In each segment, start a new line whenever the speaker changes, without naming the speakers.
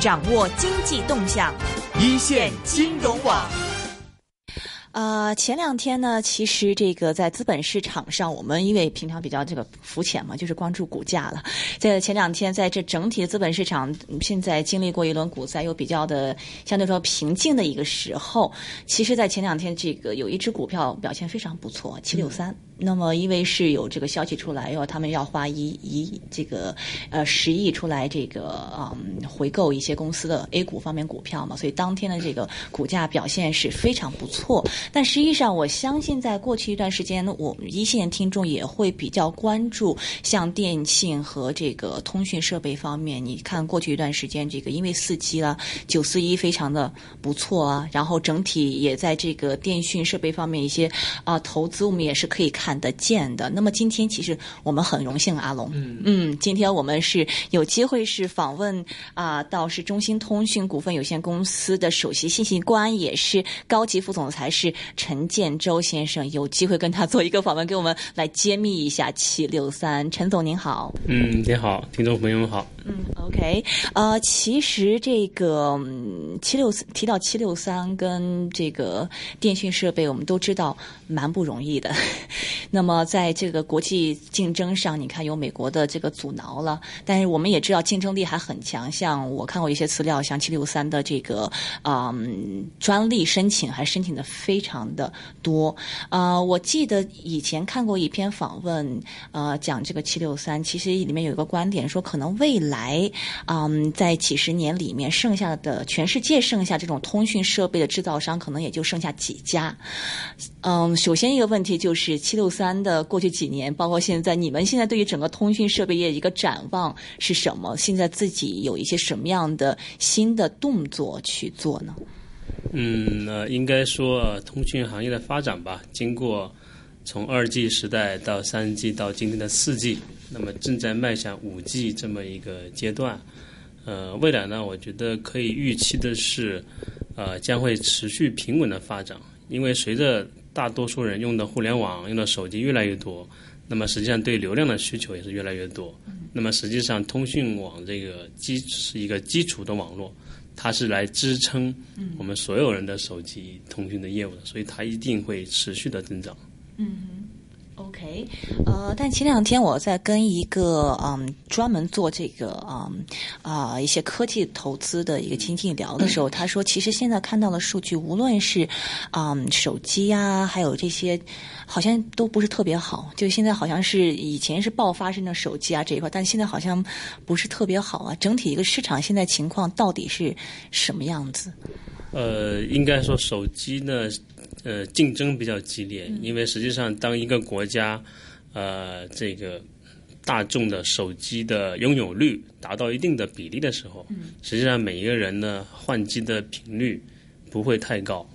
掌握经济动向，
一线金融网。
呃，前两天呢，其实这个在资本市场上，我们因为平常比较这个肤浅嘛，就是关注股价了。在前两天，在这整体的资本市场，嗯现在经历过一轮股灾，又比较的相对说平静的一个时候，其实，在前两天这个有一只股票表现非常不错，七六三。嗯那么，因为是有这个消息出来，要他们要花一一这个呃十亿出来这个嗯回购一些公司的 A 股方面股票嘛，所以当天的这个股价表现是非常不错。但实际上，我相信在过去一段时间，我们一线听众也会比较关注像电信和这个通讯设备方面。你看过去一段时间，这个因为四 G 啦、九四一非常的不错啊，然后整体也在这个电讯设备方面一些啊、投资，我们也是可以看得见的。那么今天其实我们很荣幸阿龙，嗯今天我们是有机会是访问啊、到是中兴通讯股份有限公司的首席信息官，也是高级副总裁是陈建州先生，有机会跟他做一个访问，给我们来揭秘一下七六三。陈总您好，
嗯，你好，听众朋友们好。
嗯，OK，呃，其实这个七六提到七六三跟这个电讯设备，我们都知道蛮不容易的。那么在这个国际竞争上，你看有美国的这个阻挠了，但是我们也知道竞争力还很强。像我看过一些资料，像七六三的这个啊、嗯专利申请还申请的非常的多。啊、我记得以前看过一篇访问，呃，讲这个七六三，其实里面有一个观点说，可能未来，嗯，在几十年里面，剩下的全世界剩下这种通讯设备的制造商，可能也就剩下几家。嗯，首先一个问题就是七六三的过去几年，包括现在，你们现在对于整个通讯设备业一个展望是什么？现在自己有一些什么样的新的动作去做呢？
嗯，呃，应该说、呃通讯行业的发展吧，经过从二 G 时代到三 G 到今天的四 G，那么正在迈向五 G 这么一个阶段。呃，未来呢，我觉得可以预期的是，呃，将会持续平稳的发展，因为随着大多数人用的互联网、用的手机越来越多，那么实际上对流量的需求也是越来越多。那么实际上，通讯网这个基是一个基础的网络，它是来支撑我们所有人的手机通讯的业务的，所以它一定会持续的增长。
OK，呃，但前两天我在跟一个嗯专门做这个嗯啊、一些科技投资的一个经济聊的时候，他说，其实现在看到的数据，无论是嗯手机呀、还有这些，好像都不是特别好。就现在好像是以前是爆发式的手机啊这一块，但现在好像不是特别好啊。整体一个市场现在情况到底是什么样子？
呃，应该说手机呢，呃，竞争比较激烈，因为实际上当一个国家，呃，这个大众的手机的拥有率达到一定的比例的时候，实际上每一个人呢换机的频率不会太高，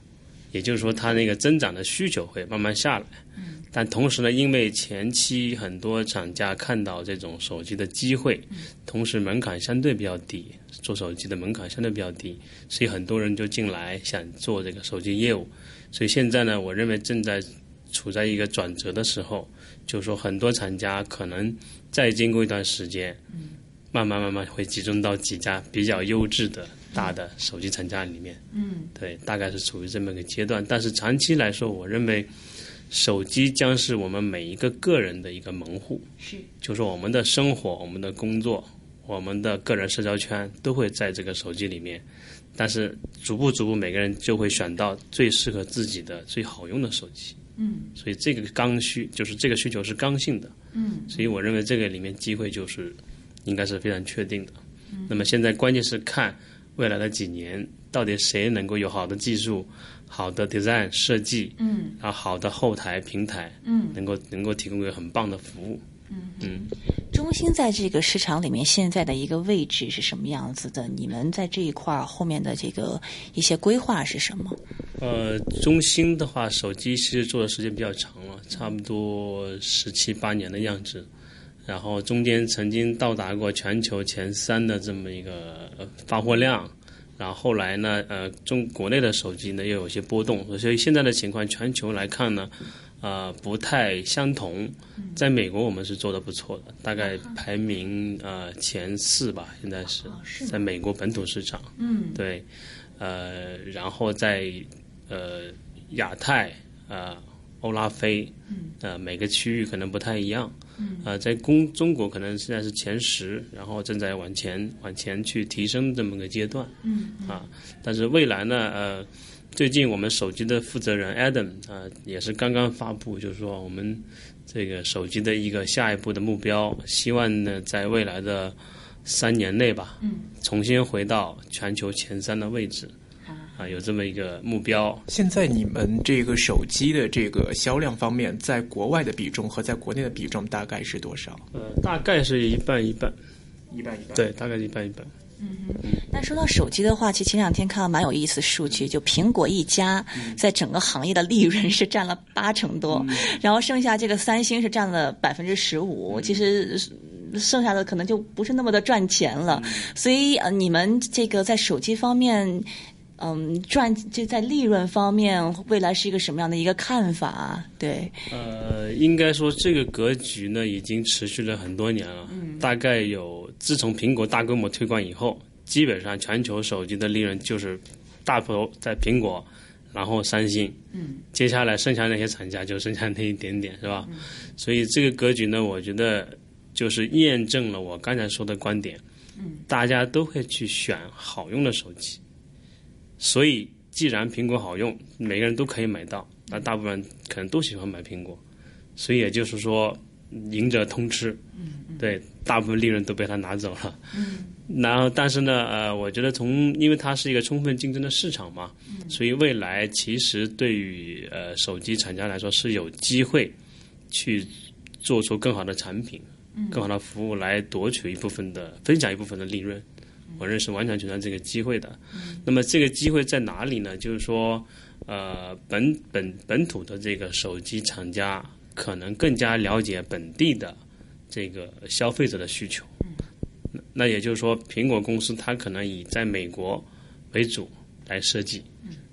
也就是说它那个增长的需求会慢慢下来。但同时呢，因为前期很多厂家看到这种手机的机会，同时门槛相对比较低，做手机的门槛相对比较低，所以很多人就进来想做这个手机业务。所以现在呢，我认为正在处在一个转折的时候，就是说很多厂家可能再经过一段时间，慢慢慢慢会集中到几家比较优质的大的手机厂家里面。嗯，对，大概是处于这么一个阶段。但是长期来说，我认为手机将是我们每一个个人的一个门户。
是
就是我们的生活、我们的工作、我们的个人社交圈都会在这个手机里面，但是逐步逐步，每个人就会选到最适合自己的、最好用的手机。嗯，所以这个刚需就是这个需求是刚性的。嗯，所以我认为这个里面机会就是应该是非常确定的。那么现在关键是看未来的几年到底谁能够有好的技术、好的 design 设计，嗯，然后好的后台平台，嗯，能够能够提供一个很棒的服务。
中兴在这个市场里面现在的一个位置是什么样子的？你们在这一块儿后面的这个一些规划是什么？
呃，中兴的话，手机其实做的时间比较长了，差不多十七八年的样子。然后中间曾经到达过全球前三的这么一个呃发货量，然后后来呢，呃，中国内的手机呢又有些波动，所以现在的情况，全球来看呢，啊、不太相同。在美国，我们是做的不错的，大概排名呃前四吧，现在哦是在美国本土市场。嗯，对，呃，然后在呃亚太呃欧拉非，呃每个区域可能不太一样。啊，在公中国可能现在是前十，然后正在往前往前去提升这么个阶段。嗯啊，但是未来呢，呃，最近我们手机的负责人 Adam 啊、也是刚刚发布，就是说我们这个手机的一个下一步的目标，希望呢在未来的三年内吧，嗯，重新回到全球前三的位置。啊，有这么一个目标，
现在你们这个手机的这个销量方面，在国外的比重和在国内的比重大概是多少？
呃，大概是一半一半，
一半一半。
对，大概是一半一半。
那说到手机的话，其实前两天看到蛮有意思的数据，就苹果一家在整个行业的利润是占了八成多，然后剩下这个三星是占了百分之十五，其实剩下的可能就不是那么的赚钱了。所以呃，你们这个在手机方面，嗯，赚就在利润方面，未来是一个什么样的一个看法？啊对，
呃，应该说这个格局呢已经持续了很多年了，大概有自从苹果大规模推广以后，基本上全球手机的利润就是大头在苹果，然后三星，嗯，接下来剩下那些厂家就剩下那一点点，是吧？所以这个格局呢，我觉得就是验证了我刚才说的观点，嗯，大家都会去选好用的手机，所以既然苹果好用，每个人都可以买到，那大部分人可能都喜欢买苹果，所以也就是说，赢者通吃，对，大部分利润都被他拿走了。然后，但是呢，呃，我觉得从因为它是一个充分竞争的市场嘛，所以未来其实对于呃手机厂家来说是有机会去做出更好的产品、更好的服务来夺取一部分的分享一部分的利润。我认识完全存在这个机会的。那么这个机会在哪里呢？就是说，呃，本本本土的这个手机厂家可能更加了解本地的这个消费者的需求。那那也就是说，苹果公司它可能以在美国为主来设计，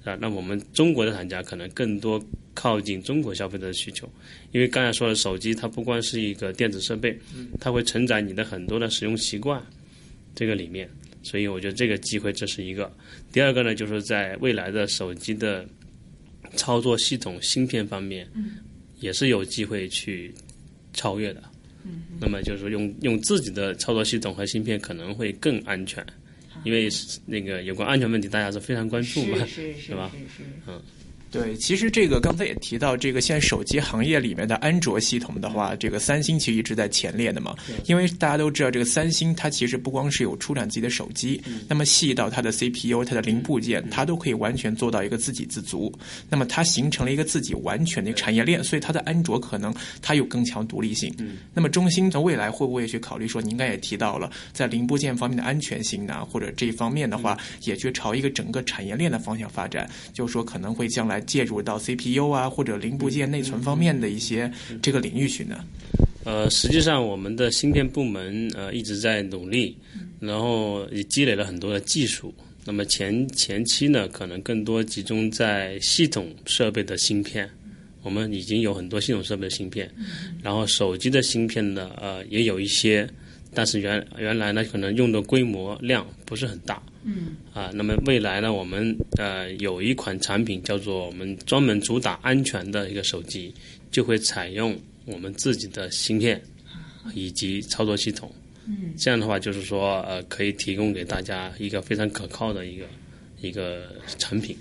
啊，那我们中国的厂家可能更多靠近中国消费者的需求，因为刚才说了，手机它不光是一个电子设备，它会承载你的很多的使用习惯，这个里面，所以我觉得这个机会这是一个。第二个呢，就是在未来的手机的操作系统芯片方面，
嗯
也是有机会去超越的。
嗯
那么就是用用自己的操作系统和芯片可能会更安全，
啊
因为是那个有关安全问题大家是非常关注嘛，
是
是吧？
对，其实这个刚才也提到，这个现在手机行业里面的安卓系统的话，这个三星其实一直在前列的嘛。因为大家都知道，这个三星它其实不光是有出产自己的手机，那么细到它的 CPU、它的零部件，它都可以完全做到一个自给自足。那么它形成了一个自己完全的一个产业链，所以它的安卓可能它有更强独立性。那么中兴的未来会不会去考虑说，您刚才也提到了，在零部件方面的安全性呢，或者这一方面的话，也去朝一个整个产业链的方向发展，就是说可能会将来介入到 CPU 啊或者零部件内存方面的一些这个领域去呢？
呃，实际上我们的芯片部门呃一直在努力，然后也积累了很多的技术。那么前前期呢，可能更多集中在系统设备的芯片，我们已经有很多系统设备的芯片，然后手机的芯片呢，呃也有一些，但是原原来呢可能用的规模量不是很大。嗯。啊，那么未来呢，我们呃有一款产品叫做我们专门主打安全的一个手机，就会采用我们自己的芯片以及操作系统。嗯，这样的话就是说，呃，可以提供给大家一个非常可靠的一个一个产品。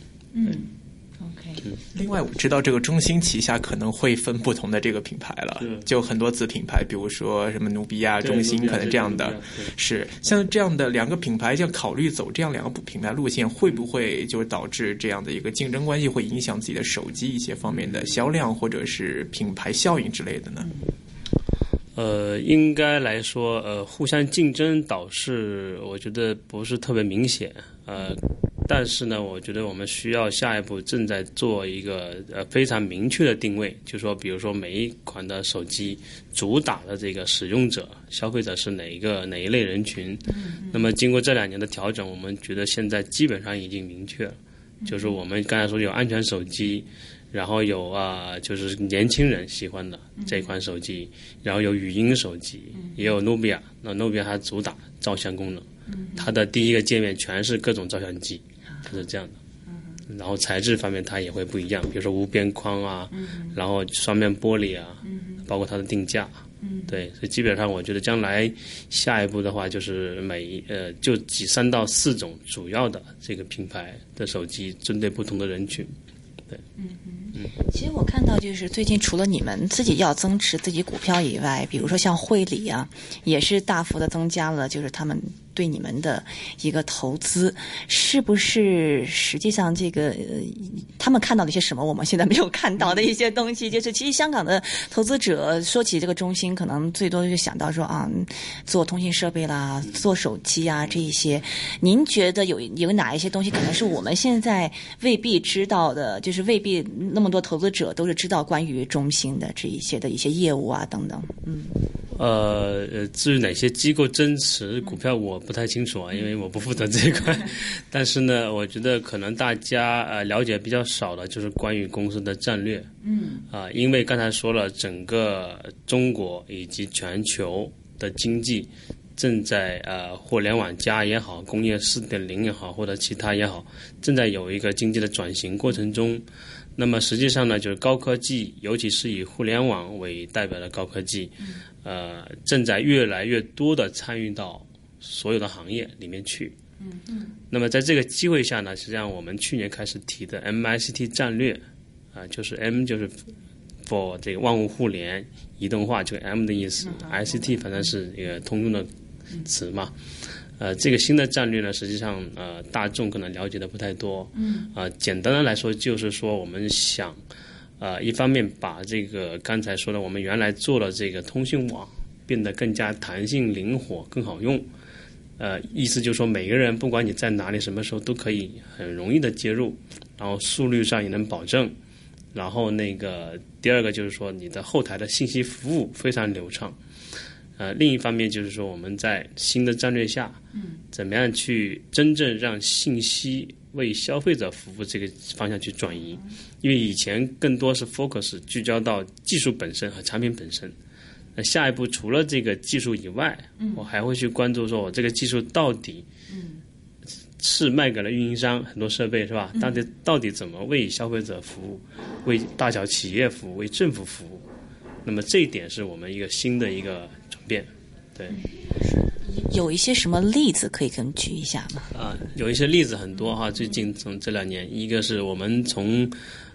，OK，
另外，我知道这个中兴旗下可能会分不同的这个品牌了
对，
就很多子品牌，比如说什么努比亚、中兴，可能这样的。是像这样的两个品牌，像考虑走这样两个品牌路线，会不会就是导致这样的一个竞争关系，会影响自己的手机一些方面的销量，或者是品牌效应之类的呢？
呃，应该来说，呃，互相竞争导致我觉得不是特别明显，呃，但是呢，我觉得我们需要下一步正在做一个呃非常明确的定位，就说比如说每一款的手机主打的这个使用者、消费者是哪一个哪一类人群，那么经过这两年的调整，我们觉得现在基本上已经明确了，就是我们刚才说有安全手机，然后有啊、呃就是年轻人喜欢的这款手机，然后有语音手机，也有努比亚。那努比亚它主打照相功能，它的第一个界面全是各种照相机，它是这样的。然后材质方面它也会不一样，比如说无边框啊，然后双面玻璃啊，包括它的定价。对，所以基本上我觉得将来下一步的话，就是每呃就几三到四种主要的这个品牌的手机，针对不同的人群。
其实我看到，就是最近除了你们自己要增持自己股票以外，比如说像汇理啊，也是大幅的增加了，就是他们对你们的一个投资，是不是实际上这个、呃他们看到了一些什么？我们现在没有看到的一些东西，就是其实香港的投资者说起这个中心，可能最多就想到说啊，嗯做通信设备啦，做手机啊这一些。您觉得有有哪一些东西可能是我们现在未必知道的，就是未必那么多投资者都是知道关于中兴的这一些的一些业务啊等等。
呃，呃至于哪些机构增持股票，我不太清楚啊，因为我不负责这一块。但是呢，我觉得可能大家呃了解比较少的就是关于公司的战略。嗯。啊、因为刚才说了，整个中国以及全球的经济正在呃互联网加也好，工业四点零也好，或者其他也好，正在有一个经济的转型过程中。那么实际上呢，就是高科技，尤其是以互联网为代表的高科技，呃，正在越来越多的参与到所有的行业里面去。嗯嗯。那么在这个机会下呢，实际上我们去年开始提的 MICT 战略，啊、就是 M 就是 for 这个万物互联、移动化这个 M 的意思、i c t 反正是一个通用的词嘛。呃，这个新的战略呢，实际上呃，大众可能了解的不太多。嗯。啊、简单的来说，就是说我们想，呃，一方面把这个刚才说的我们原来做的这个通讯网变得更加弹性、灵活、更好用。呃，意思就是说，每个人不管你在哪里、什么时候都可以很容易的接入，然后速率上也能保证。然后那个第二个就是说，你的后台的信息服务非常流畅。呃，另一方面就是说，我们在新的战略下，怎么样去真正让信息为消费者服务这个方向去转移？因为以前更多是 focus 聚焦到技术本身和产品本身。那下一步除了这个技术以外，我还会去关注说哦我这个技术到底是卖给了运营商很多设备是吧？到底到底怎么为消费者服务，为大小企业服务，为政府服务？那么这一点是我们一个新的一个转变，对。
有一些什么例子可以给我们举一下吗？
啊，有一些例子很多哈。最近从这两年，一个是我们从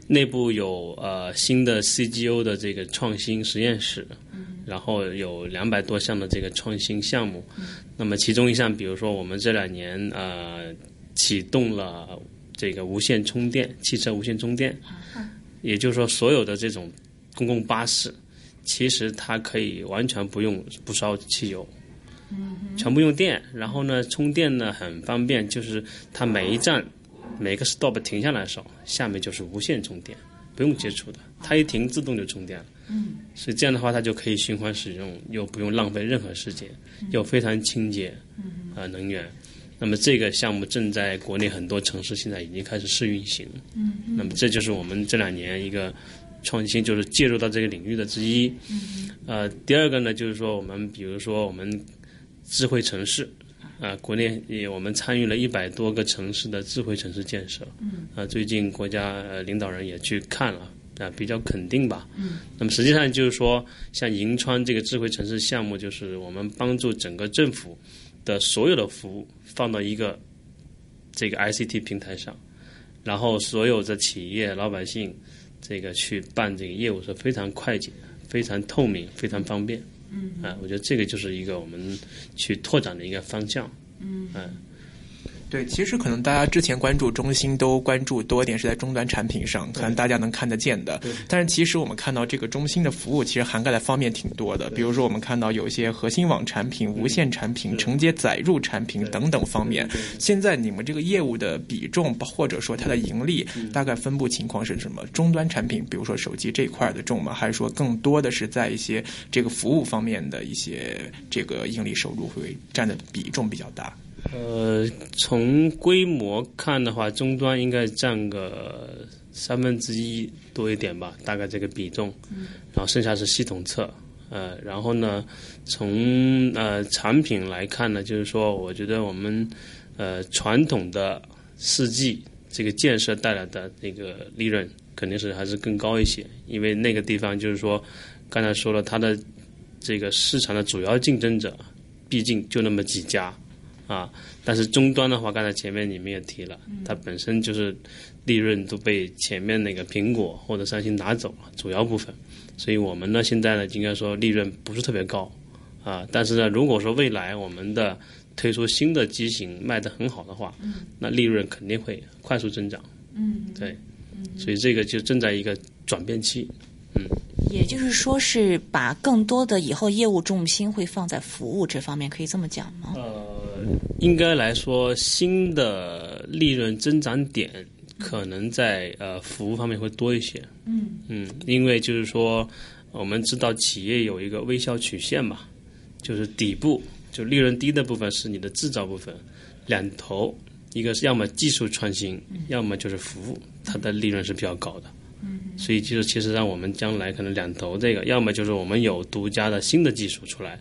内部有呃新的 CGO 的这个创新实验室，然后有两百多项的这个创新项目。那么其中一项，比如说我们这两年呃启动了这个无线充电，汽车无线充电，也就是说所有的这种公共巴士，其实它可以完全不用不烧汽油。全部用电，然后呢，充电呢很方便，就是它每一站每个 stop 停下来的时候，下面就是无线充电，不用接触的，它一停自动就充电了。嗯，所以这样的话，它就可以循环使用，又不用浪费任何时间，又非常清洁，啊、能源。那么这个项目正在国内很多城市现在已经开始试运行。嗯，那么这就是我们这两年一个创新，就是介入到这个领域的之一。嗯，呃，第二个呢，就是说我们比如说我们智慧城市，啊、国内也我们参与了一百多个城市的智慧城市建设，嗯，啊、最近国家呃领导人也去看了，啊、比较肯定吧，嗯，那么实际上就是说，像银川这个智慧城市项目，就是我们帮助整个政府的所有的服务放到一个这个 ICT 平台上，然后所有的企业老百姓这个去办这个业务是非常快捷、非常透明、非常方便。嗯啊，我觉得这个就是一个我们去拓展的一个方向。嗯
对，其实可能大家之前关注中兴都关注多一点是在终端产品上，可能大家能看得见的。但是其实我们看到这个中兴的服务其实涵盖的方面挺多的，比如说我们看到有一些核心网产品、无线产品、承接载入产品等等方面。现在你们这个业务的比重或者说它的盈利大概分布情况是什么？终端产品，比如说手机这一块的重吗？还是说更多的是在一些这个服务方面的一些这个盈利收入会占的比重比较大？
呃，从规模看的话，终端应该占个三分之一多一点吧，大概这个比重，然后剩下是系统测。呃，然后呢，从呃产品来看呢，就是说，我觉得我们呃传统的四 G 这个建设带来的那个利润肯定是还是更高一些，因为那个地方就是说，刚才说了，它的这个市场的主要竞争者毕竟就那么几家啊，但是终端的话，刚才前面你们也提了，它本身就是利润都被前面那个苹果或者三星拿走了主要部分。所以我们呢，现在呢，应该说利润不是特别高，啊，但是呢，如果说未来我们的推出新的机型卖得很好的话，那利润肯定会快速增长。嗯，对，所以这个就正在一个转变期。嗯，
也就是说是把更多的以后业务重心会放在服务这方面，可以这么讲吗？
呃，应该来说，新的利润增长点可能在呃服务方面会多一些。
嗯
嗯，因为就是说，我们知道企业有一个微笑曲线嘛，就是底部就利润低的部分是你的制造部分，两头一个是要么技术创新，要么就是服务，它的利润是比较高的。所以就是其实让我们将来可能两头这个，要么就是我们有独家的新的技术出来，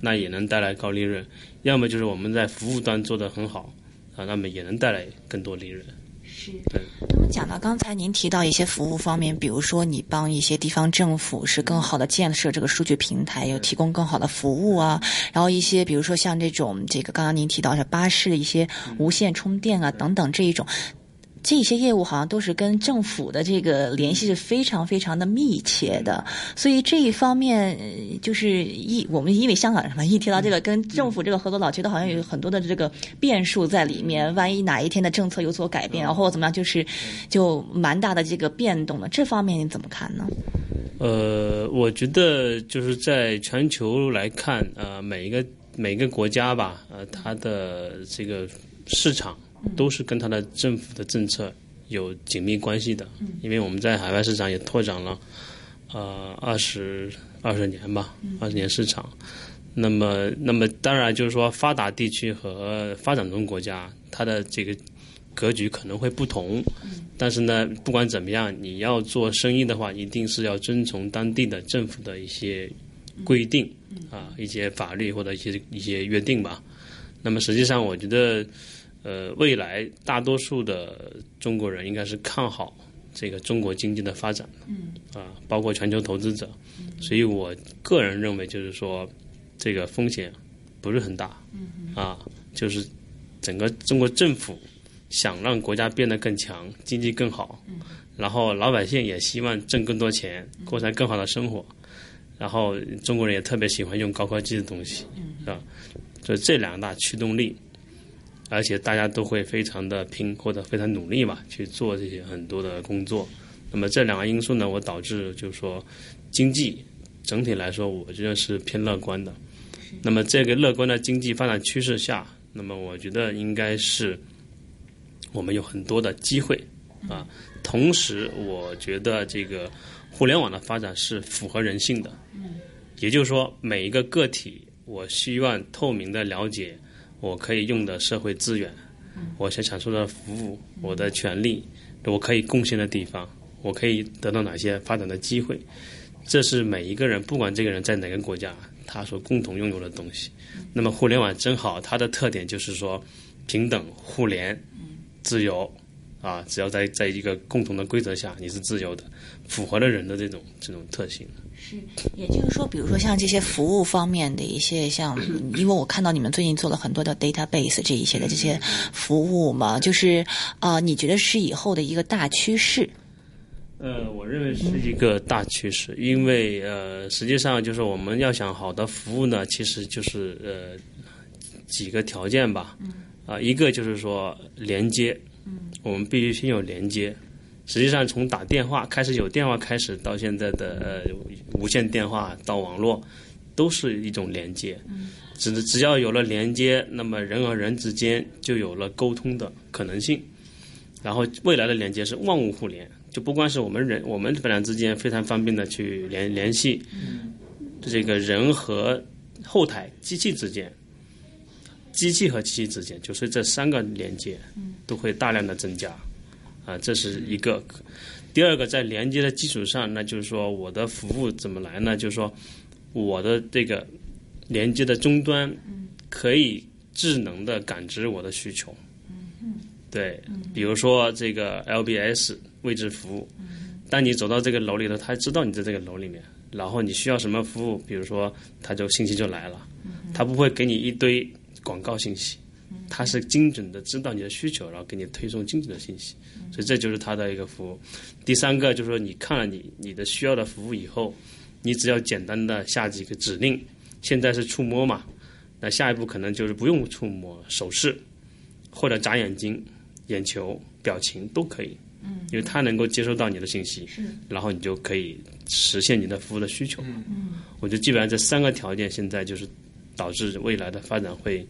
那也能带来高利润；要么就是我们在服务端做得很好啊，那么也能带来更多利润。
是。
对。
那么讲到刚才您提到一些服务方面，比如说你帮一些地方政府是更好的建设这个数据平台，有提供更好的服务啊，然后一些比如说像这种这个刚刚您提到的巴士的一些无线充电啊等等这一种。这些业务好像都是跟政府的这个联系是非常非常的密切的，所以这一方面呃就是一我们因为香港什么一提到这个跟政府这个合作，老觉得好像有很多的这个变数在里面，万一哪一天的政策有所改变，然后怎么样，就是就蛮大的这个变动的。这方面你怎么看呢？
呃，我觉得就是在全球来看，呃，每一个每个国家吧，呃，它的这个市场都是跟它的政府的政策有紧密关系的。因为我们在海外市场也拓展了，呃，二十二十年吧，二十年市场。那么，那么当然就是说，发达地区和发展中国家，它的这个格局可能会不同。但是呢，不管怎么样，你要做生意的话，一定是要遵从当地的政府的一些规定啊，一些法律或者一些一些约定吧。那么实际上，我觉得，呃，未来大多数的中国人应该是看好这个中国经济的发展的，啊，包括全球投资者。所以我个人认为，就是说，这个风险不是很大，啊，就是整个中国政府想让国家变得更强，经济更好，然后老百姓也希望挣更多钱，过上更好的生活，然后中国人也特别喜欢用高科技的东西，是吧？所以这两大驱动力，而且大家都会非常的拼或者非常努力吧，去做这些很多的工作。那么这两个因素呢，我导致就是说经济整体来说，我觉得是偏乐观的。那么这个乐观的经济发展趋势下，那么我觉得应该是。我们有很多的机会啊。同时，我觉得这个互联网的发展是符合人性的。也就是说，每一个个体，我希望透明的了解我可以用的社会资源，我想享受的服务，我的权利，我可以贡献的地方，我可以得到哪些发展的机会。这是每一个人，不管这个人在哪个国家，他所共同拥有的东西。那么，互联网真好，它的特点就是说平等、互联，自由啊，只要在在一个共同的规则下，你是自由的，符合了人的这种这种特性。
也就是说，比如说像这些服务方面的一些 像，因为我看到你们最近做了很多的 database 这一些的这些服务嘛，就是啊、呃你觉得是以后的一个大趋势？
呃，我认为是一个大趋势，因为呃，实际上就是我们要想好的服务呢，其实就是呃几个条件吧。啊、一个就是说连接，我们必须先有连接。实际上，从打电话开始，有电话开始，到现在的呃无线电话到网络，都是一种连接。只只要有了连接，那么人和人之间就有了沟通的可能性。然后未来的连接是万物互联，就不光是我们人我们本来之间非常方便的去联联系，这个人和后台机器之间，机器和机器之间，就是这三个连接都会大量的增加。啊，这是一个。第二个，在连接的基础上，那就是说我的服务怎么来呢？就是说我的这个连接的终端可以智能的感知我的需求。对，比如说这个 LBS 位置服务，当你走到这个楼里头，它知道你在这个楼里面，然后你需要什么服务，比如说它就信息就来了，它不会给你一堆广告信息，它是精准的知道你的需求，然后给你推送精准的信息，所以这就是它的一个服务。第三个就是说，你看了你你的需要的服务以后，你只要简单的下几个指令，现在是触摸嘛，那下一步可能就是不用触摸，手势或者眨眼睛。眼球、表情都可以，嗯，因为它能够接收到你的信息，然后你就可以实现你的服务的需求。嗯，我觉得基本上这三个条件现在就是导致未来的发展会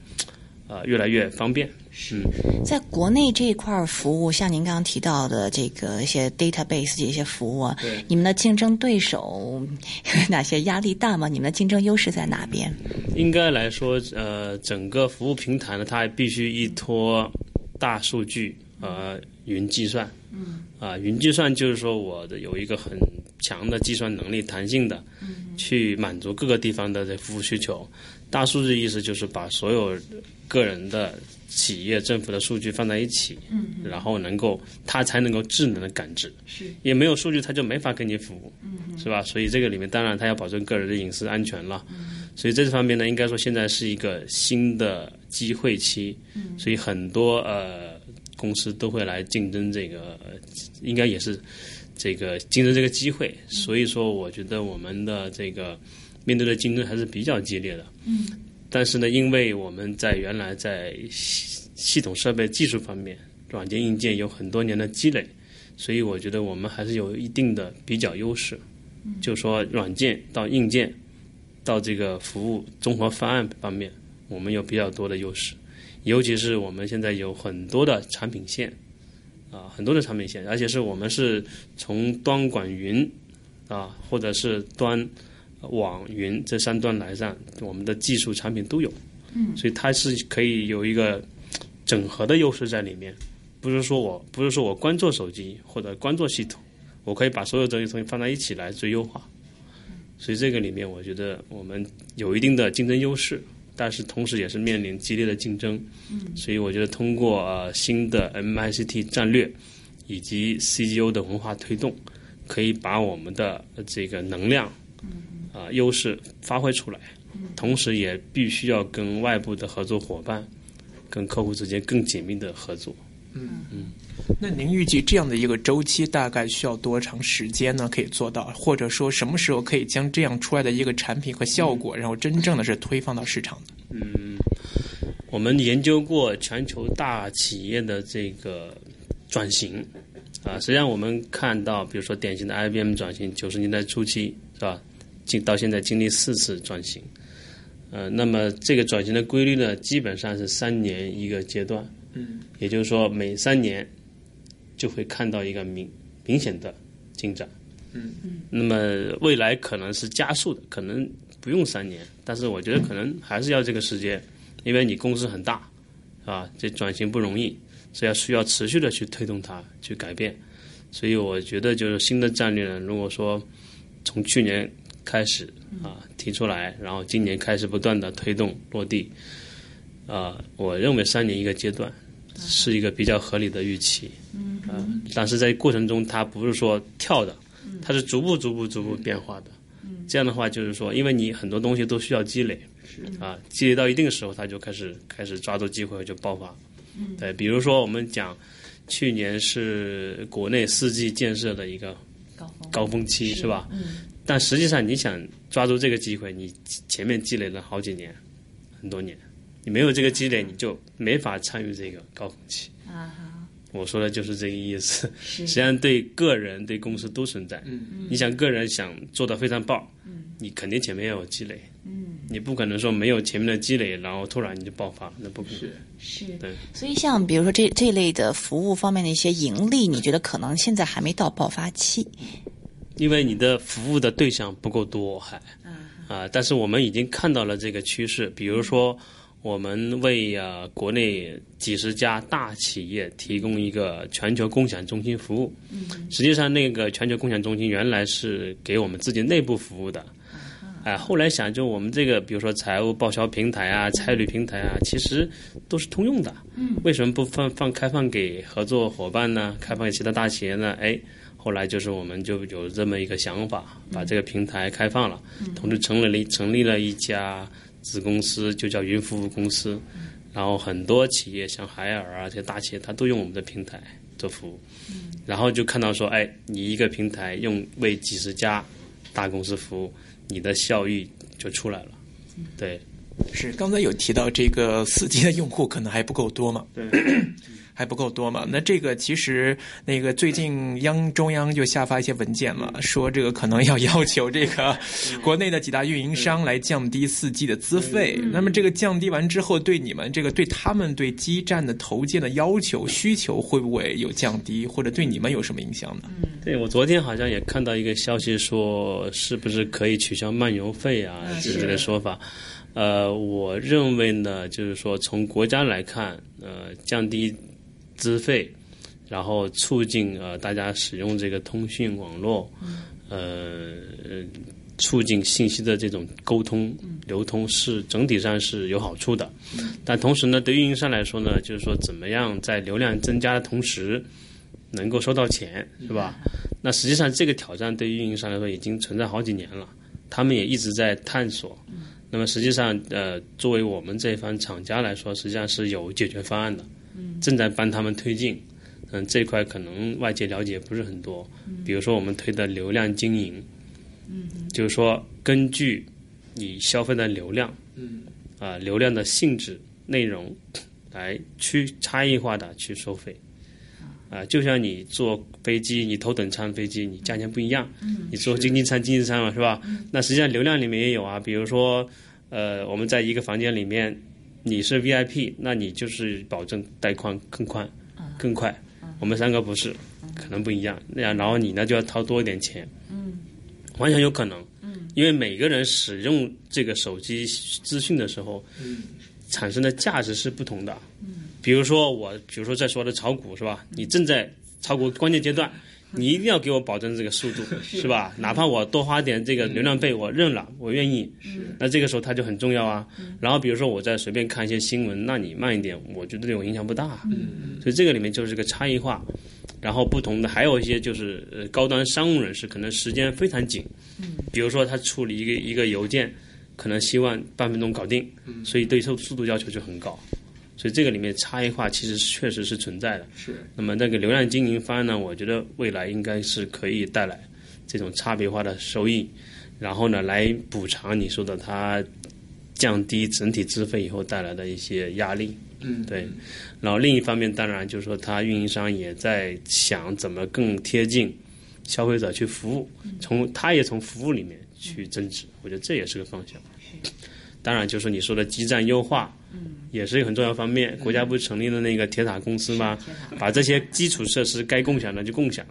呃越来越方便。嗯，
在国内这一块儿服务，像您刚刚提到的这个一些 database 的一些服务啊，你们的竞争对手 哪些压力大吗？你们的竞争优势在哪边？
应该来说，呃，整个服务平台呢，它还必须依托大数据呃云计算。嗯。啊、云计算就是说我的有一个很强的计算能力，弹性的，去满足各个地方的这服务需求。大数据意思就是把所有个人的、企业、政府的数据放在一起，嗯，然后能够它才能够智能的感知，是，也没有数据它就没法给你服务，嗯，是吧？所以这个里面当然它要保证个人的隐私安全了，所以这方面呢，应该说现在是一个新的机会期，所以很多呃公司都会来竞争这个，呃应该也是这个竞争这个机会。所以说，我觉得我们的这个面对的竞争还是比较激烈的。嗯，但是呢，因为我们在原来在系系统设备技术方面、软件硬件有很多年的积累，所以我觉得我们还是有一定的比较优势。就说软件到硬件到这个服务综合方案方面，我们有比较多的优势，尤其是我们现在有很多的产品线，啊、很多的产品线，而且是我们是从端管云啊、或者是端网云这三端来上，我们的技术产品都有，嗯，所以它是可以有一个整合的优势在里面，不是说我不是说我光做手机或者光做系统，我可以把所有这些东西放在一起来最优化。所以这个里面，我觉得我们有一定的竞争优势，但是同时也是面临激烈的竞争。嗯，所以我觉得通过呃新的 MICT 战略以及 CGO 的文化推动，可以把我们的呃这个能量啊、呃优势发挥出来，同时也必须要跟外部的合作伙伴、跟客户之间更紧密的合作。
那您预计这样的一个周期大概需要多长时间呢？可以做到，或者说什么时候可以将这样出来的一个产品和效果，然后真正的是推放到市场呢？
我们研究过全球大企业的这个转型啊，实际上我们看到，比如说典型的 IBM 转型，九十年代初期是吧？经到现在经历四次转型，呃，那么这个转型的规律呢，基本上是三年一个阶段，嗯，也就是说每三年就会看到一个明明显的进展，嗯，那么未来可能是加速的，可能不用三年，但是我觉得可能还是要这个时间。因为你公司很大，啊，这转型不容易，所以要需要持续的去推动它，去改变。所以我觉得就是新的战略呢，如果说从去年开始啊提出来，然后今年开始不断的推动落地，啊，我认为三年一个阶段是一个比较合理的预期，啊，但是在过程中它不是说跳的，它是逐步逐步逐步变化的。这样的话就是说，因为你很多东西都需要积累，啊，积累到一定时候，它就开始开始抓住机会就爆发。对，比如说我们讲，去年是国内四 G 建设的一个高峰期，是吧？但实际上你想抓住这个机会，你前面积累了好几年、很多年，你没有这个积累，你就没法参与这个高峰期。我说的就是这个意思。 实际上，对个人、对公司都存在。你想个人想做的非常棒，你肯定前面要有积累。你不可能说没有前面的积累，然后突然你就爆发，那不可能。
所以像比如说这这类的服务方面的一些盈利，你觉得可能现在还没到爆发期？
因为你的服务的对象不够多，还啊、但是我们已经看到了这个趋势。比如说，我们为呃国内几十家大企业提供一个全球共享中心服务。实际上，那个全球共享中心原来是给我们自己内部服务的，哎、后来想就我们这个，比如说财务报销平台啊、差旅平台啊，其实都是通用的。嗯，为什么不放放开放给合作伙伴呢？开放给其他大企业呢？哎。后来就是我们就有这么一个想法，把这个平台开放了，同时成立了一成立了一家子公司，就叫云服务公司。然后很多企业，像海尔啊这些大企业，它都用我们的平台做服务。然后就看到说，哎，你一个平台用为几十家大公司服务，你的效益就出来了。对，
是刚才有提到这个四 G 的用户可能还不够多嘛？对， 还不够多嘛？那这个其实那个最近央中央就下发一些文件嘛，说这个可能要要求这个国内的几大运营商来降低四 G 的资费。那么这个降低完之后，对你们这个对他们对基站的投建的要求需求会不会有降低，或者对你们有什么影响呢？
对我昨天好像也看到一个消息说，是不是可以取消漫游费啊之类的说法？呃，我认为呢，就是说从国家来看，呃，降低资费，然后促进呃大家使用这个通讯网络，呃，呃促进信息的这种沟通流通是整体上是有好处的。但同时呢，对运营商来说呢，就是说怎么样在流量增加的同时。能够收到钱，是吧？那实际上这个挑战对于运营商来说已经存在好几年了，他们也一直在探索。那么实际上，呃，作为我们这一方厂家来说，实际上是有解决方案的，正在帮他们推进。嗯，这块可能外界了解不是很多，比如说我们推的流量经营，嗯，就是说根据你消费的流量，
嗯，
啊、流量的性质、内容来去差异化的去收费。啊，就像你坐飞机，你头等舱飞机，你价钱不一样。你坐经济舱，经济舱嘛，嗯是嗯吧？那实际上流量里面也有啊，比如说，呃，我们在一个房间里面，你是 VIP，那你就是保证带宽更宽、更快。我们三个不是，可能不一样。那样，然后你呢就要掏多一点钱。嗯，完全有可能。嗯，因为每个人使用这个手机资讯的时候，产生的价值是不同的。比如说我，比如说在说的炒股是吧？你正在炒股关键阶段，你一定要给我保证这个速度是吧？哪怕我多花点这个流量费，我认了，我愿意。那这个时候它就很重要啊。然后比如说我再随便看一些新闻，那你慢一点，我觉得对我影响不大。所以这个里面就是个差异化。然后不同的还有一些就是呃高端商务人士可能时间非常紧，比如说他处理一个一个邮件，可能希望半分钟搞定，所以对速速度要求就很高。所以这个里面差异化其实是确实是存在的。
是。
那么那个流量经营方案呢，我觉得未来应该是可以带来这种差别化的收益，然后呢，来补偿你说的它降低整体资费以后带来的一些压力。
嗯，
对。然后另一方面，当然就是说，它运营商也在想怎么更贴近消费者去服务，
嗯
从它也从服务里面去增值，我觉得这也是个方向。当然，就是你说的基站优化，也是一个很重要方面。国家不是成立了那个嗯铁塔嗯公司吗？把这些基础设施该共享的就共享，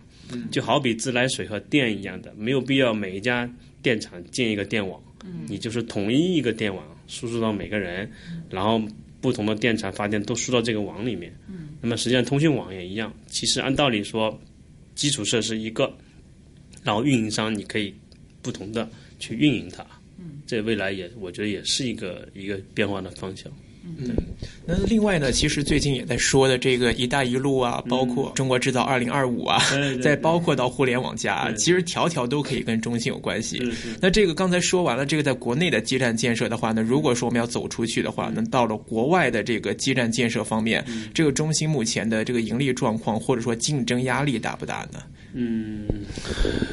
就好比自来水和电一样的，没有必要每一家电厂建一个电网，你就是统一一个电网输送到每个人，然后不同的电厂发电都输到这个网里面。那么实际上通讯网也一样，其实按道理说，基础设施一个，然后运营商你可以不同的去运营它。这未来也，我觉得也是一个一个变化的方向。
那另外呢，其实最近也在说的这个“一带一路”啊，包括中国制造二零二五啊，
对对
再包括到互联网加啊，
对对
其实条条都可以跟中兴有关系
是是。
那这个刚才说完了，这个在国内的基站建设的话呢，如果说我们要走出去的话，
嗯
那到了国外的这个基站建设方面，这个中兴目前的这个盈利状况或者说竞争压力大不大呢？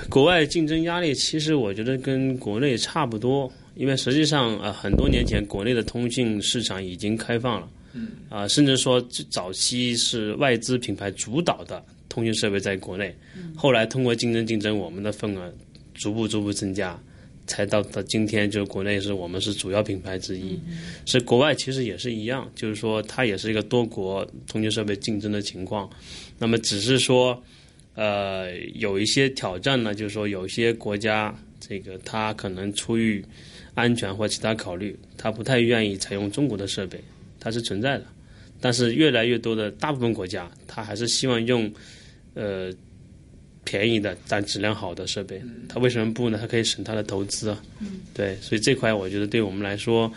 国外竞争压力其实我觉得跟国内差不多，因为实际上呃很多年前国内的通信市场已经开放了，啊、甚至说最早期是外资品牌主导的通讯设备在国内，后来通过竞争竞争，我们的份额逐步逐步增加，才到到今天就是国内是我们是主要品牌之一，是国外其实也是一样，就是说它也是一个多国通讯设备竞争的情况，那么只是说。呃，有一些挑战呢，就是说有些国家这个它可能出于安全或其他考虑，它不太愿意采用中国的设备，它是存在的。但是越来越多的大部分国家，它还是希望用呃便宜的但质量好的设备。它为什么不呢？它可以省它的投资啊。对，所以这块我觉得对我们来说，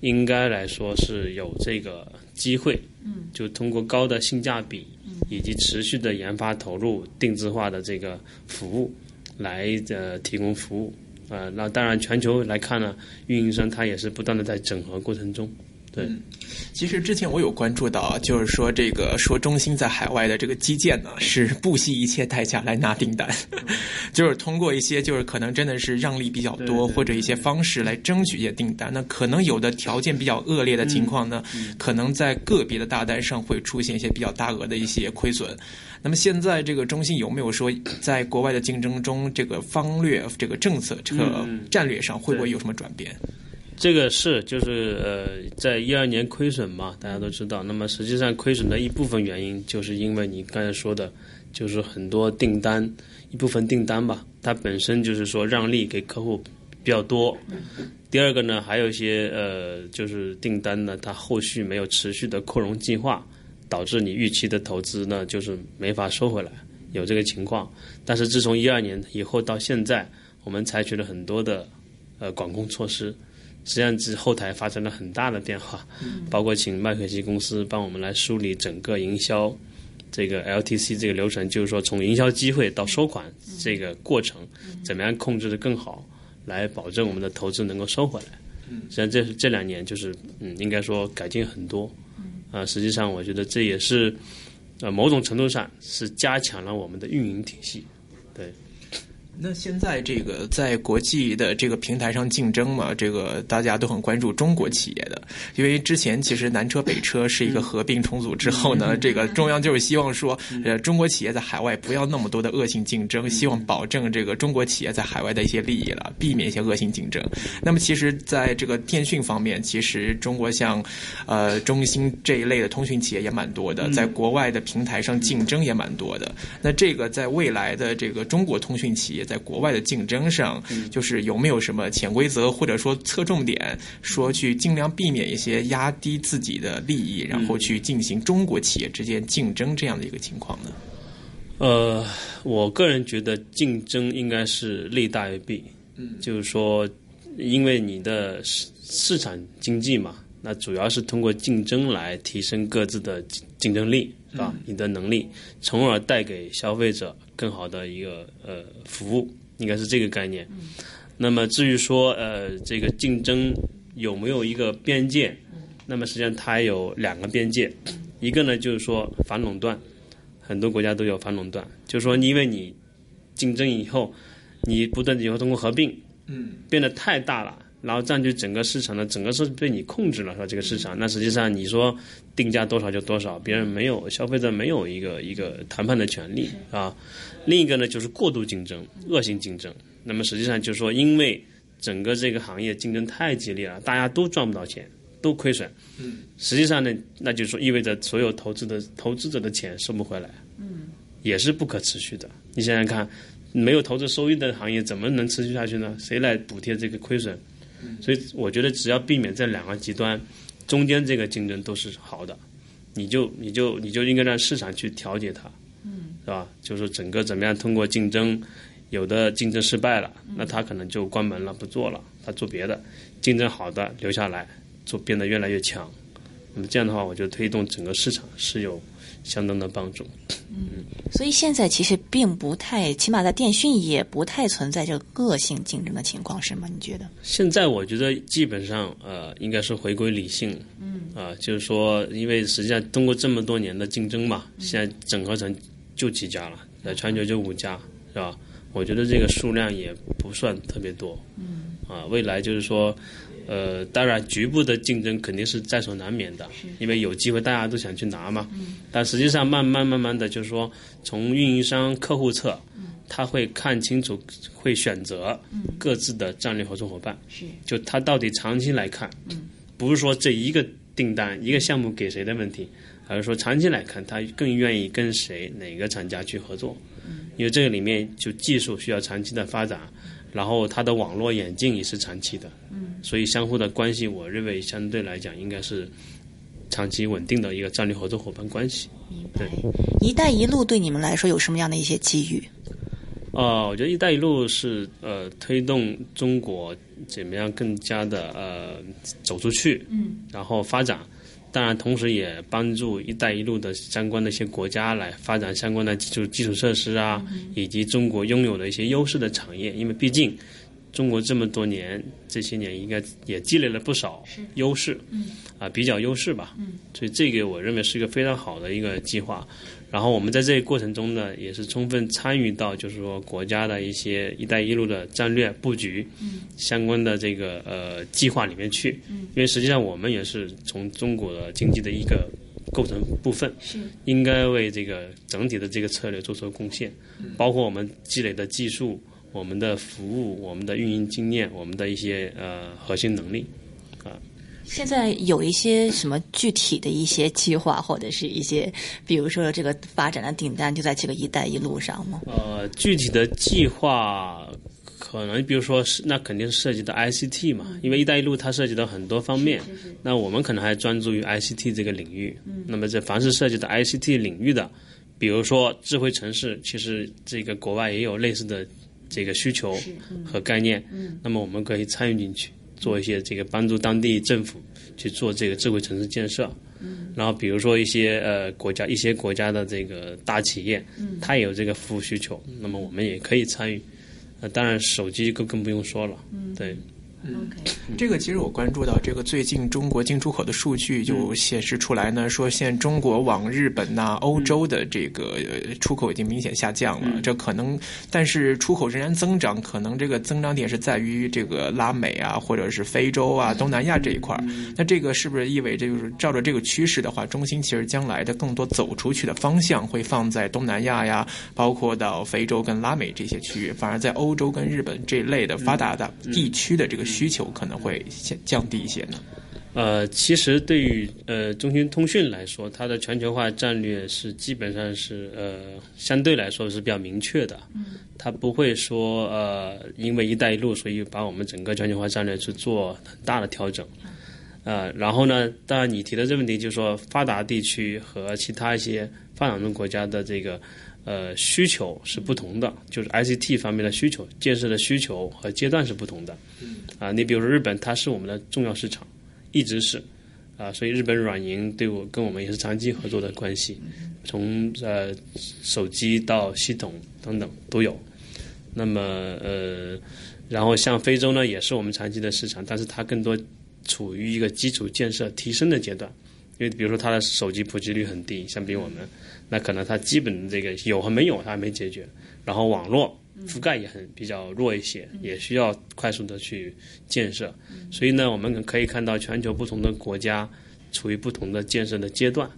应该来说是有这个机会。嗯，就通过高的性价比以及持续的研发投入、定制化的这个服务来呃提供服务。呃，那当然，全球来看呢，运营商它也是不断的在整合过程中。对，
其实之前我有关注到啊，就是说这个说中兴在海外的这个基建呢，是不惜一切代价来拿订单， 就是通过一些就是可能真的是让利比较
对
多，
对
或者一些方式来争取一些订单。那可能有的条件比较恶劣的情况呢，
嗯
可能在个别的大单上会出现一些比较大额的一些亏损。那么现在这个中兴有没有说在国外的竞争中，这个方略、这个政策、这个
嗯嗯
战略上会不会
对
有什么转变？
这个是就是呃，在一二年亏损嘛，大家都知道。那么实际上亏损的一部分原因，就是因为你刚才说的，就是很多订单一部分订单吧，它本身就是说让利给客户比较多。第二个呢，还有一些呃，就是订单呢，它后续没有持续的扩容计划，导致你预期的投资呢，就是没法收回来，有这个情况。但是自从一二年以后到现在，我们采取了很多的呃管控措施，实际上是后台发生了很大的变化，包括请麦肯锡公司帮我们来梳理整个营销这个 LTC 这个流程，就是说从营销机会到收款这个过程，怎么样控制的更好，来保证我们的投资能够收回来。实际上这这两年就是嗯，应该说改进很多，啊、实际上我觉得这也是呃某种程度上是加强了我们的运营体系。
那现在这个在国际的这个平台上竞争嘛，这个大家都很关注中国企业的，因为之前其实南车北车是一个合并重组之后呢，这个中央就是希望说，呃，中国企业在海外不要那么多的恶性竞争，希望保证这个中国企业在海外的一些利益了，避免一些恶性竞争。那么其实在这个电讯方面，其实中国像呃中兴这一类的通讯企业也蛮多的，在国外的平台上竞争也蛮多的。那这个在未来的这个中国通讯企业在国外的竞争上，就是有没有什么潜规则或者说侧重点，说去尽量避免一些压低自己的利益，然后去进行中国企业之间竞争这样的一个情况呢？
呃，我个人觉得竞争应该是利大于弊。嗯，就是说，因为你的市市场经济嘛，那主要是通过竞争来提升各自的竞竞争力，是吧？你的能力，从而带给消费者更好的一个呃服务，应该是这个概念。那么至于说呃这个竞争有没有一个边界，那么实际上它有两个边界，一个呢就是说反垄断。很多国家都有反垄断，就是说，因为你竞争以后，你不断的以后通过合并，嗯，变得太大了，然后占据整个市场的整个是被你控制了，是吧？这个市场，那实际上你说定价多少就多少，别人没有消费者没有一个一个谈判的权利啊。另一个呢，就是过度竞争、恶性竞争。那么实际上就是说，因为整个这个行业竞争太激烈了，大家都赚不到钱，都亏损。嗯，实际上呢，那就是说意味着所有投资的投资者的钱收不回来。也是不可持续的。你想想看，没有投资收益的行业怎么能持续下去呢？谁来补贴这个亏损？所以我觉得只要避免这两个极端，中间这个竞争都是好的，你就你就你就应该让市场去调节它，嗯，是吧？就是整个怎么样通过竞争，有的竞争失败了，那他可能就关门了，不做了，他做别的；竞争好的留下来，做变得越来越强。那么这样的话，我觉得推动整个市场是有相当的帮助。
所以现在其实并不太，起码在电讯也不太存在这个恶性竞争的情况，是吗？你觉得？
现在我觉得基本上呃，应该是回归理性，嗯，啊、就是说，因为实际上通过这么多年的竞争嘛，现在整合成就几家了，在全球就五家，是吧？我觉得这个数量也不算特别多，嗯，啊，未来就是说，呃，当然局部的竞争肯定是嗯在所难免的，因为有机会大家都想去拿嘛，但实际上慢慢慢慢的就是说，从运营商客户侧，他会看清楚，会选择各自的战略合作伙伴，
是
就他到底长期来看，不是说这一个订单一个项目给谁的问题，而是说长期来看，他更愿意跟谁哪个厂家去合作，因为这个里面就技术需要长期的发展，然后它的网络演进也是长期的，所以相互的关系，我认为相对来讲应该是长期稳定的一个战略合作伙伴关系。
明白。“一带一路”对你们来说有什么样的一些机遇？
呃，我觉得“一带一路是”呃推动中国怎么样更加的呃走出去，嗯，然后发展。当然，同时也帮助“一带一路”的相关的一些国家来发展相关的基础基础设施啊，以及中国拥有的一些优势的产业。因为毕竟中国这么多年这些年应该也积累了不少优势，啊，比较优势吧。所以这个我认为是一个非常好的一个计划。然后我们在这个过程中呢，也是充分参与到就是说国家的一些“一带一路”的战略布局，相关的这个呃计划里面去。因为实际上我们也是从中国的经济的一个构成部分，应该为这个整体的这个策略做出贡献，包括我们积累的技术、我们的服务、我们的运营经验、我们的一些呃核心能力。
现在有一些什么具体的一些计划，或者是一些，比如说这个发展的订单就在这个“一带一路”上吗？
呃，具体的计划可能，比如说是那肯定是涉及到 ICT 嘛，因为“一带一路”它涉及到很多方面。那我们可能还专注于 ICT 这个领域。那么这凡是涉及到 ICT 领域的，比如说智慧城市，其实这个国外也有类似的这个需求和概念。那么我们可以参与进去，做一些这个帮助当地政府去做这个智慧城市建设。然后比如说一些呃国家一些国家的这个大企业，它也有这个服务需求，那么我们也可以参与。呃，当然手机更更不用说了，对，
这个其实我关注到，这个最近中国进出口的数据就显示出来呢，说现在中国往日本呐、欧洲的这个呃出口已经明显下降了。这可能，但是出口仍然增长，可能这个增长点是在于这个拉美啊，或者是非洲啊、东南亚这一块儿。那这个是不是意味着就是照着这个趋势的话，中心其实将来的更多走出去的方向会放在东南亚呀，包括到非洲跟拉美这些区域，反而在欧洲跟日本这一类的发达的地区的这个需求可能会降降低一些呢？
呃，其实对于呃中兴通讯来说，它的全球化战略是基本上是呃相对来说是比较明确的，它不会说呃因为“一带一路”所以把我们整个全球化战略去做很大的调整。呃，然后呢，当然你提的这个问题就是说，发达地区和其他一些发展中国家的这个呃需求是不同的，就是 ICT 方面的需求、建设的需求和阶段是不同的。啊、你比如说日本，它是我们的重要市场。一直是啊、所以日本软银对我跟我们也是长期合作的关系，从呃手机到系统等等都有。那么呃，然后像非洲呢，也是我们长期的市场，但是它更多处于一个基础建设提升的阶段，因为比如说它的手机普及率很低，相比我们，那可能它基本这个有和没有它还没解决，然后网络覆盖也很比较弱一些，也需要快速的去建设。所以呢，我们可以看到全球不同的国家处于不同的建设的阶段。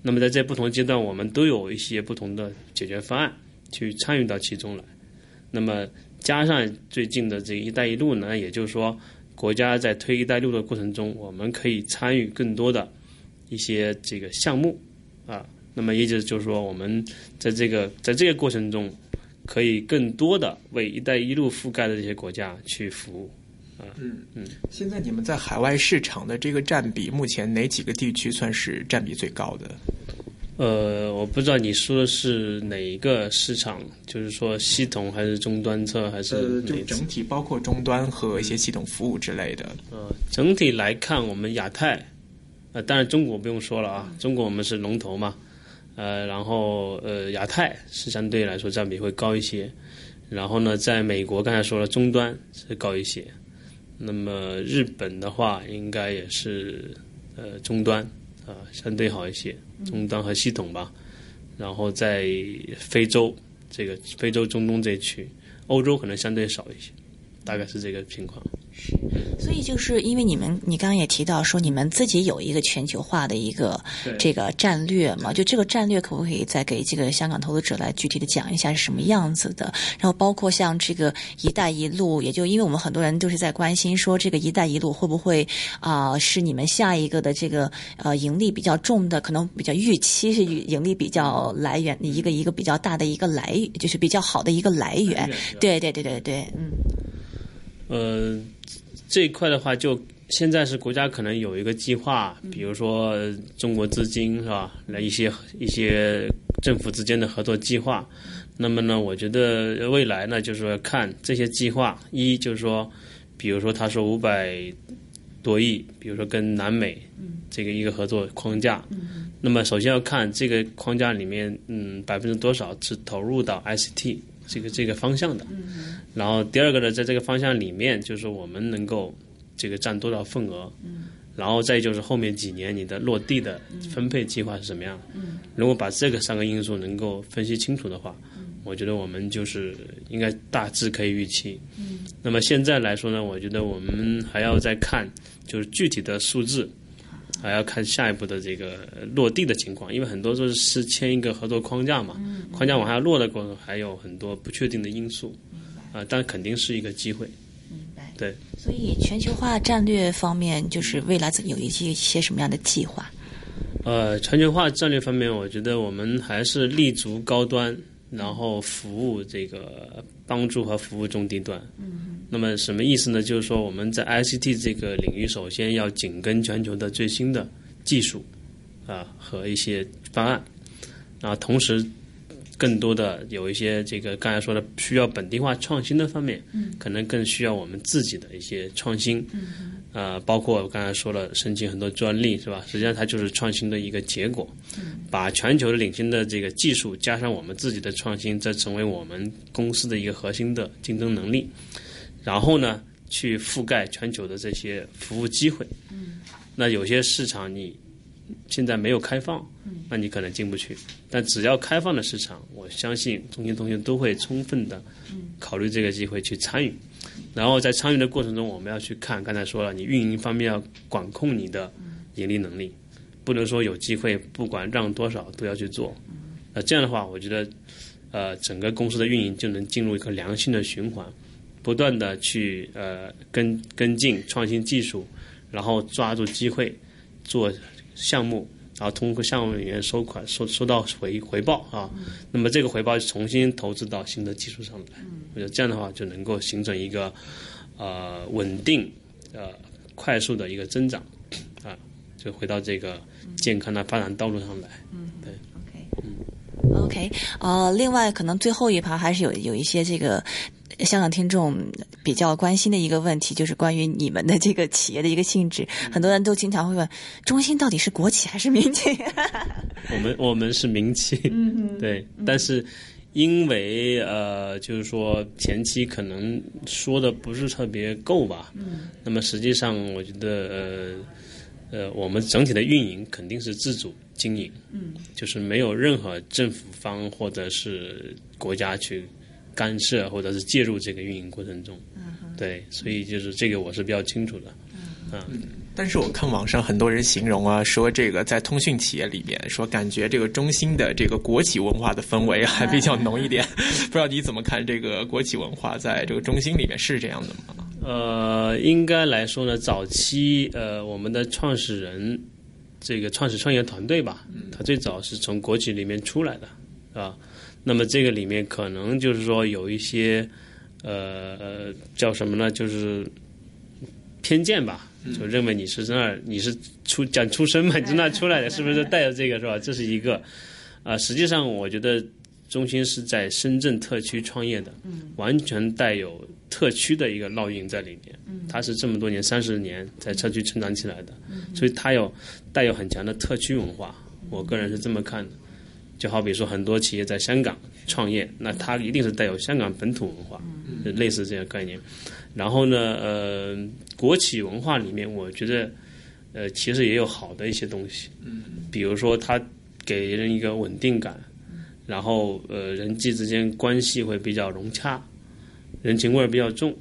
那么在这不同阶段，我们都有一些不同的解决方案去参与到其中来。那么加上最近的这个“一带一路”呢，也就是说，国家在推“一带一路”的过程中，我们可以参与更多的一些这个项目啊。那么也就是就是说，我们在这个在这个过程中，可以更多的为“一带一路”覆盖的这些国家去服务。
现在你们在海外市场的这个占比，目前哪几个地区算是占比最高的？
呃，我不知道你说的是哪一个市场，就是说系统还是终端侧还是
呃，
哪
就
一种？
整体包括终端和一些系统服务之类的。
呃，整体来看，我们亚太，呃，当然中国不用说了啊，中国我们是龙头嘛，呃，然后呃，亚太是相对来说占比会高一些，然后呢，在美国刚才说了，终端是高一些，那么日本的话，应该也是呃终端啊、相对好一些，终端和系统吧，然后在非洲这个非洲中东这一区，欧洲可能相对少一些，大概是这个情况。
所以就是因为你们，你刚刚也提到说你们自己有一个全球化的一个
对
这个战略嘛，就这个战略可不可以再给这个香港投资者来具体的讲一下是什么样子的？然后包括像这个“一带一路”，也就因为我们很多人都是在关心说这个“一带一路”会不会啊、是你们下一个的这个呃盈利比较重的，可能比较预期是盈利比较来源一个一个比哎较大的一个来，就是比较好的一个来源。对对对对对，嗯
呃，这一块的话就。现在是国家可能有一个计划，比如说中国资金是吧？那一些一些政府之间的合作计划。那么呢，我觉得未来呢，就是说看这些计划，一就是说，比如说他说五百多亿，比如说跟南美这个一个合作框架。那么首先要看这个框架里面，嗯，百分之多少是投入到 ICT 这个这个方向的。然后第二个呢，在这个方向里面，就是我们能够。这个占多少份额，然后再就是后面几年你的落地的分配计划是什么样的。如果把这个三个因素能够分析清楚的话，我觉得我们就是应该大致可以预期。那么现在来说呢，我觉得我们还要再看就是具体的数字，还要看下一步的这个落地的情况，因为很多都是签一个合作框架嘛，框架往下落的过程还有很多不确定的因素，啊、但肯定是一个机会。对，
所以全球化战略方面，就是未来有一些一些什么样的计划？
呃，全球化战略方面，我觉得我们还是立足高端，然后服务这个帮助和服务中低端。嗯，那么什么意思呢？就是说我们在 ICT 这个领域，首先要紧跟全球的最新的技术啊、和一些方案，然后同时更多的有一些这个刚才说的需要本地化创新的方面，嗯，可能更需要我们自己的一些创新，嗯，呃，包括我刚才说了申请很多专利是吧？实际上它就是创新的一个结果，把全球的领先的这个技术加上我们自己的创新，这成为我们公司的一个核心的竞争能力，然后呢，去覆盖全球的这些服务机会，嗯，那有些市场你现在没有开放，那你可能进不去。但只要开放的市场，我相信中兴同学都会充分的考虑这个机会去参与。然后在参与的过程中，我们要去看，刚才说了，你运营方面要管控你的盈利能力，不能说有机会不管让多少都要去做。那这样的话，我觉得，呃，整个公司的运营就能进入一个良性的循环，不断的去呃跟跟进创新技术，然后抓住机会做项目，然后通过项目里面收款收收到回回报啊，那么这个回报重新投资到新的技术上来，我觉得这样的话就能够形成一个呃稳定呃快速的一个增长啊，就回到这个健康的发展道路上来。
OK，呃，另外可能最后一盘还是有有一些这个呃香港听众比较关心的一个问题，就是关于你们的这个企业的一个性质。很多人都经常会问，中兴到底是国企还是民企？
我们我们是民企，对，但是因为呃，就是说前期可能说的不是特别够吧，那么实际上我觉得呃呃，我们整体的运营肯定是自主经营，嗯，就是没有任何政府方或者是国家去干涉或者是介入这个运营过程中，对，所以就是这个我是比较清楚的，
但是我看网上很多人形容啊，说这个在通讯企业里面，说感觉这个中兴的这个国企文化的氛围还比较浓一 点。不知道你怎么看这个国企文化在这个中兴里面是这样的吗？
呃，应该来说呢，早期呃，我们的创始人这个创始创业团队吧，他最早是从国企里面出来的啊。那么这个里面可能就是说有一些呃呃叫什么呢？就是偏见吧，就认为你是那儿你是出讲出身嘛，你从那儿出来的，是不是带着这个是吧？这是一个啊、实际上我觉得中心是在深圳特区创业的，完全带有特区的一个烙印在里面。它是这么多年三十年在特区成长起来的，所以它有带有很强的特区文化。我个人是这么看的，就好比说很多企业在香港创业，那它一定是带有香港本土文化，就类似这样概念。然后呢，呃，国企文化里面，我觉得呃其实也有好的一些东西，比如说它给人一个稳定感。然后呃人际之间关系会比较融洽，人情味儿比较重，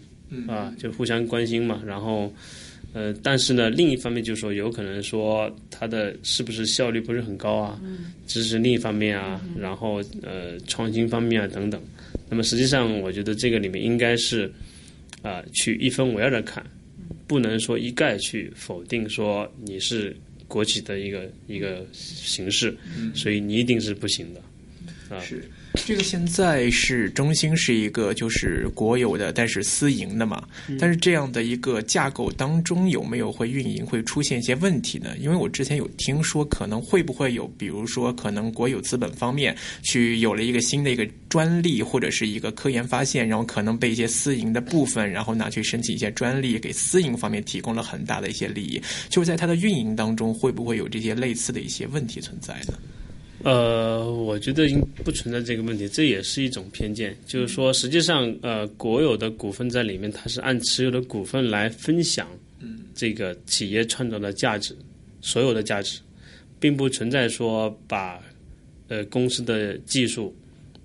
啊，就互相关心嘛。然后呃，但是呢，另一方面就是说，有可能说它的是不是效率不是很高啊，知识力方面啊，然后呃创新方面啊等等。那么实际上，我觉得这个里面应该是啊、去一分为二的看，不能说一概去否定说你是国企的一个一个形式，所以你一定是不行的。啊，
是这个现在是中兴是一个就是国有的，但是私营的嘛。但是这样的一个架构当中，有没有会运营会出现一些问题呢？因为我之前有听说，可能会不会有，比如说可能国有资本方面去有了一个新的一个专利或者是一个科研发现，然后可能被一些私营的部分，然后拿去申请一些专利，给私营方面提供了很大的一些利益。就是在它的运营当中，会不会有这些类似的一些问题存在呢？
呃，我觉得应不存在这个问题，这也是一种偏见，就是说，实际上，呃，国有的股份在里面，它是按持有的股份来分享这个企业创造的价值，所有的价值，并不存在说把呃公司的技术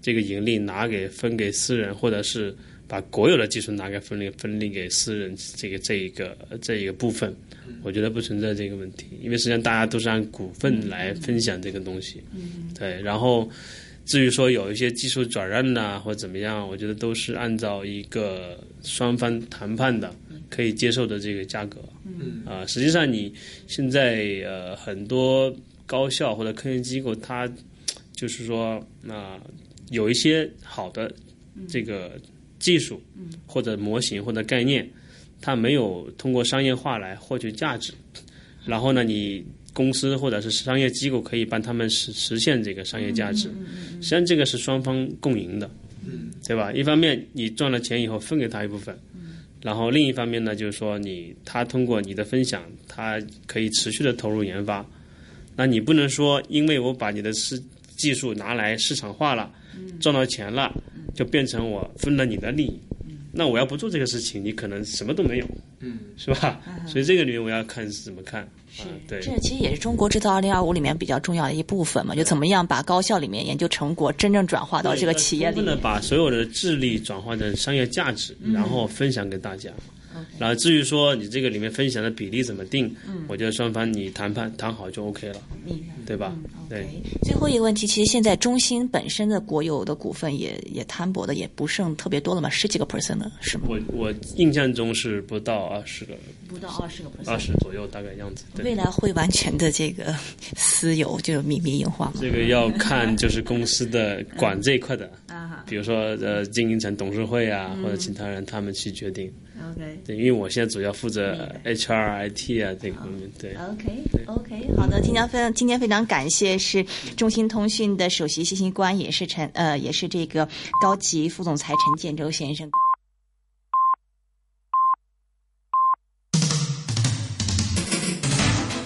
这个盈利拿给分给私人，或者是把国有的技术拿给分利分利给私人这个这一个这一个部分，我觉得不存在这个问题，因为实际上大家都是按股份来分享这个东西，对。然后至于说有一些技术转让呐、或怎么样，我觉得都是按照一个双方谈判的可以接受的这个价格，嗯啊、实际上你现在呃很多高校或者科研机构，它就是说啊、有一些好的这个技术或者模型或者概念。它没有通过商业化来获取价值。然后呢，你公司或者是商业机构可以帮他们实实现这个商业价值。实际上，这个是双方共赢的，对吧？一方面你赚了钱以后分给他一部分，然后另一方面呢，就是说你他通过你的分享，他可以持续的投入研发。那你不能说，因为我把你的市技术拿来市场化了，赚到钱了，就变成我分了你的利益。那我要不做这个事情，你可能什么都没有，嗯，是吧？所以这个里面我要看是怎么看啊，对，
这其实 也是中国制造二零二五里面比较重要的一部分嘛，就怎么样把高校里面研究成果真正转化到这个企业里
为了把所有的智力转化成商业价值，
嗯
然后分享给大家。然后至于说你这个里面分享的比例怎么定，我觉得双方你谈判谈好就 OK 了，
嗯明白嗯
对吧？对
OK，最后一个问题，其实现在中兴本身的国有的股份也也摊薄的也不剩特别多了嘛，十几个 percent 了，是吗？
我我印象中是不到二十个
不到二十个
二十左右大概样子。对
未来会完全的这个 私有，就是民民营化吗？
这个要看就是公司的管这一块的，
啊
比如说呃经营层董事会啊或者其他人他们去决定。
，OK。
对，因为我现在主要负责 HR、IT 啊这个方面，对。
OK OK，好的，今天非常今天非常感谢是中兴通讯的首席信息官，也是陈呃也是这个高级副总裁陈建州先生。跟我们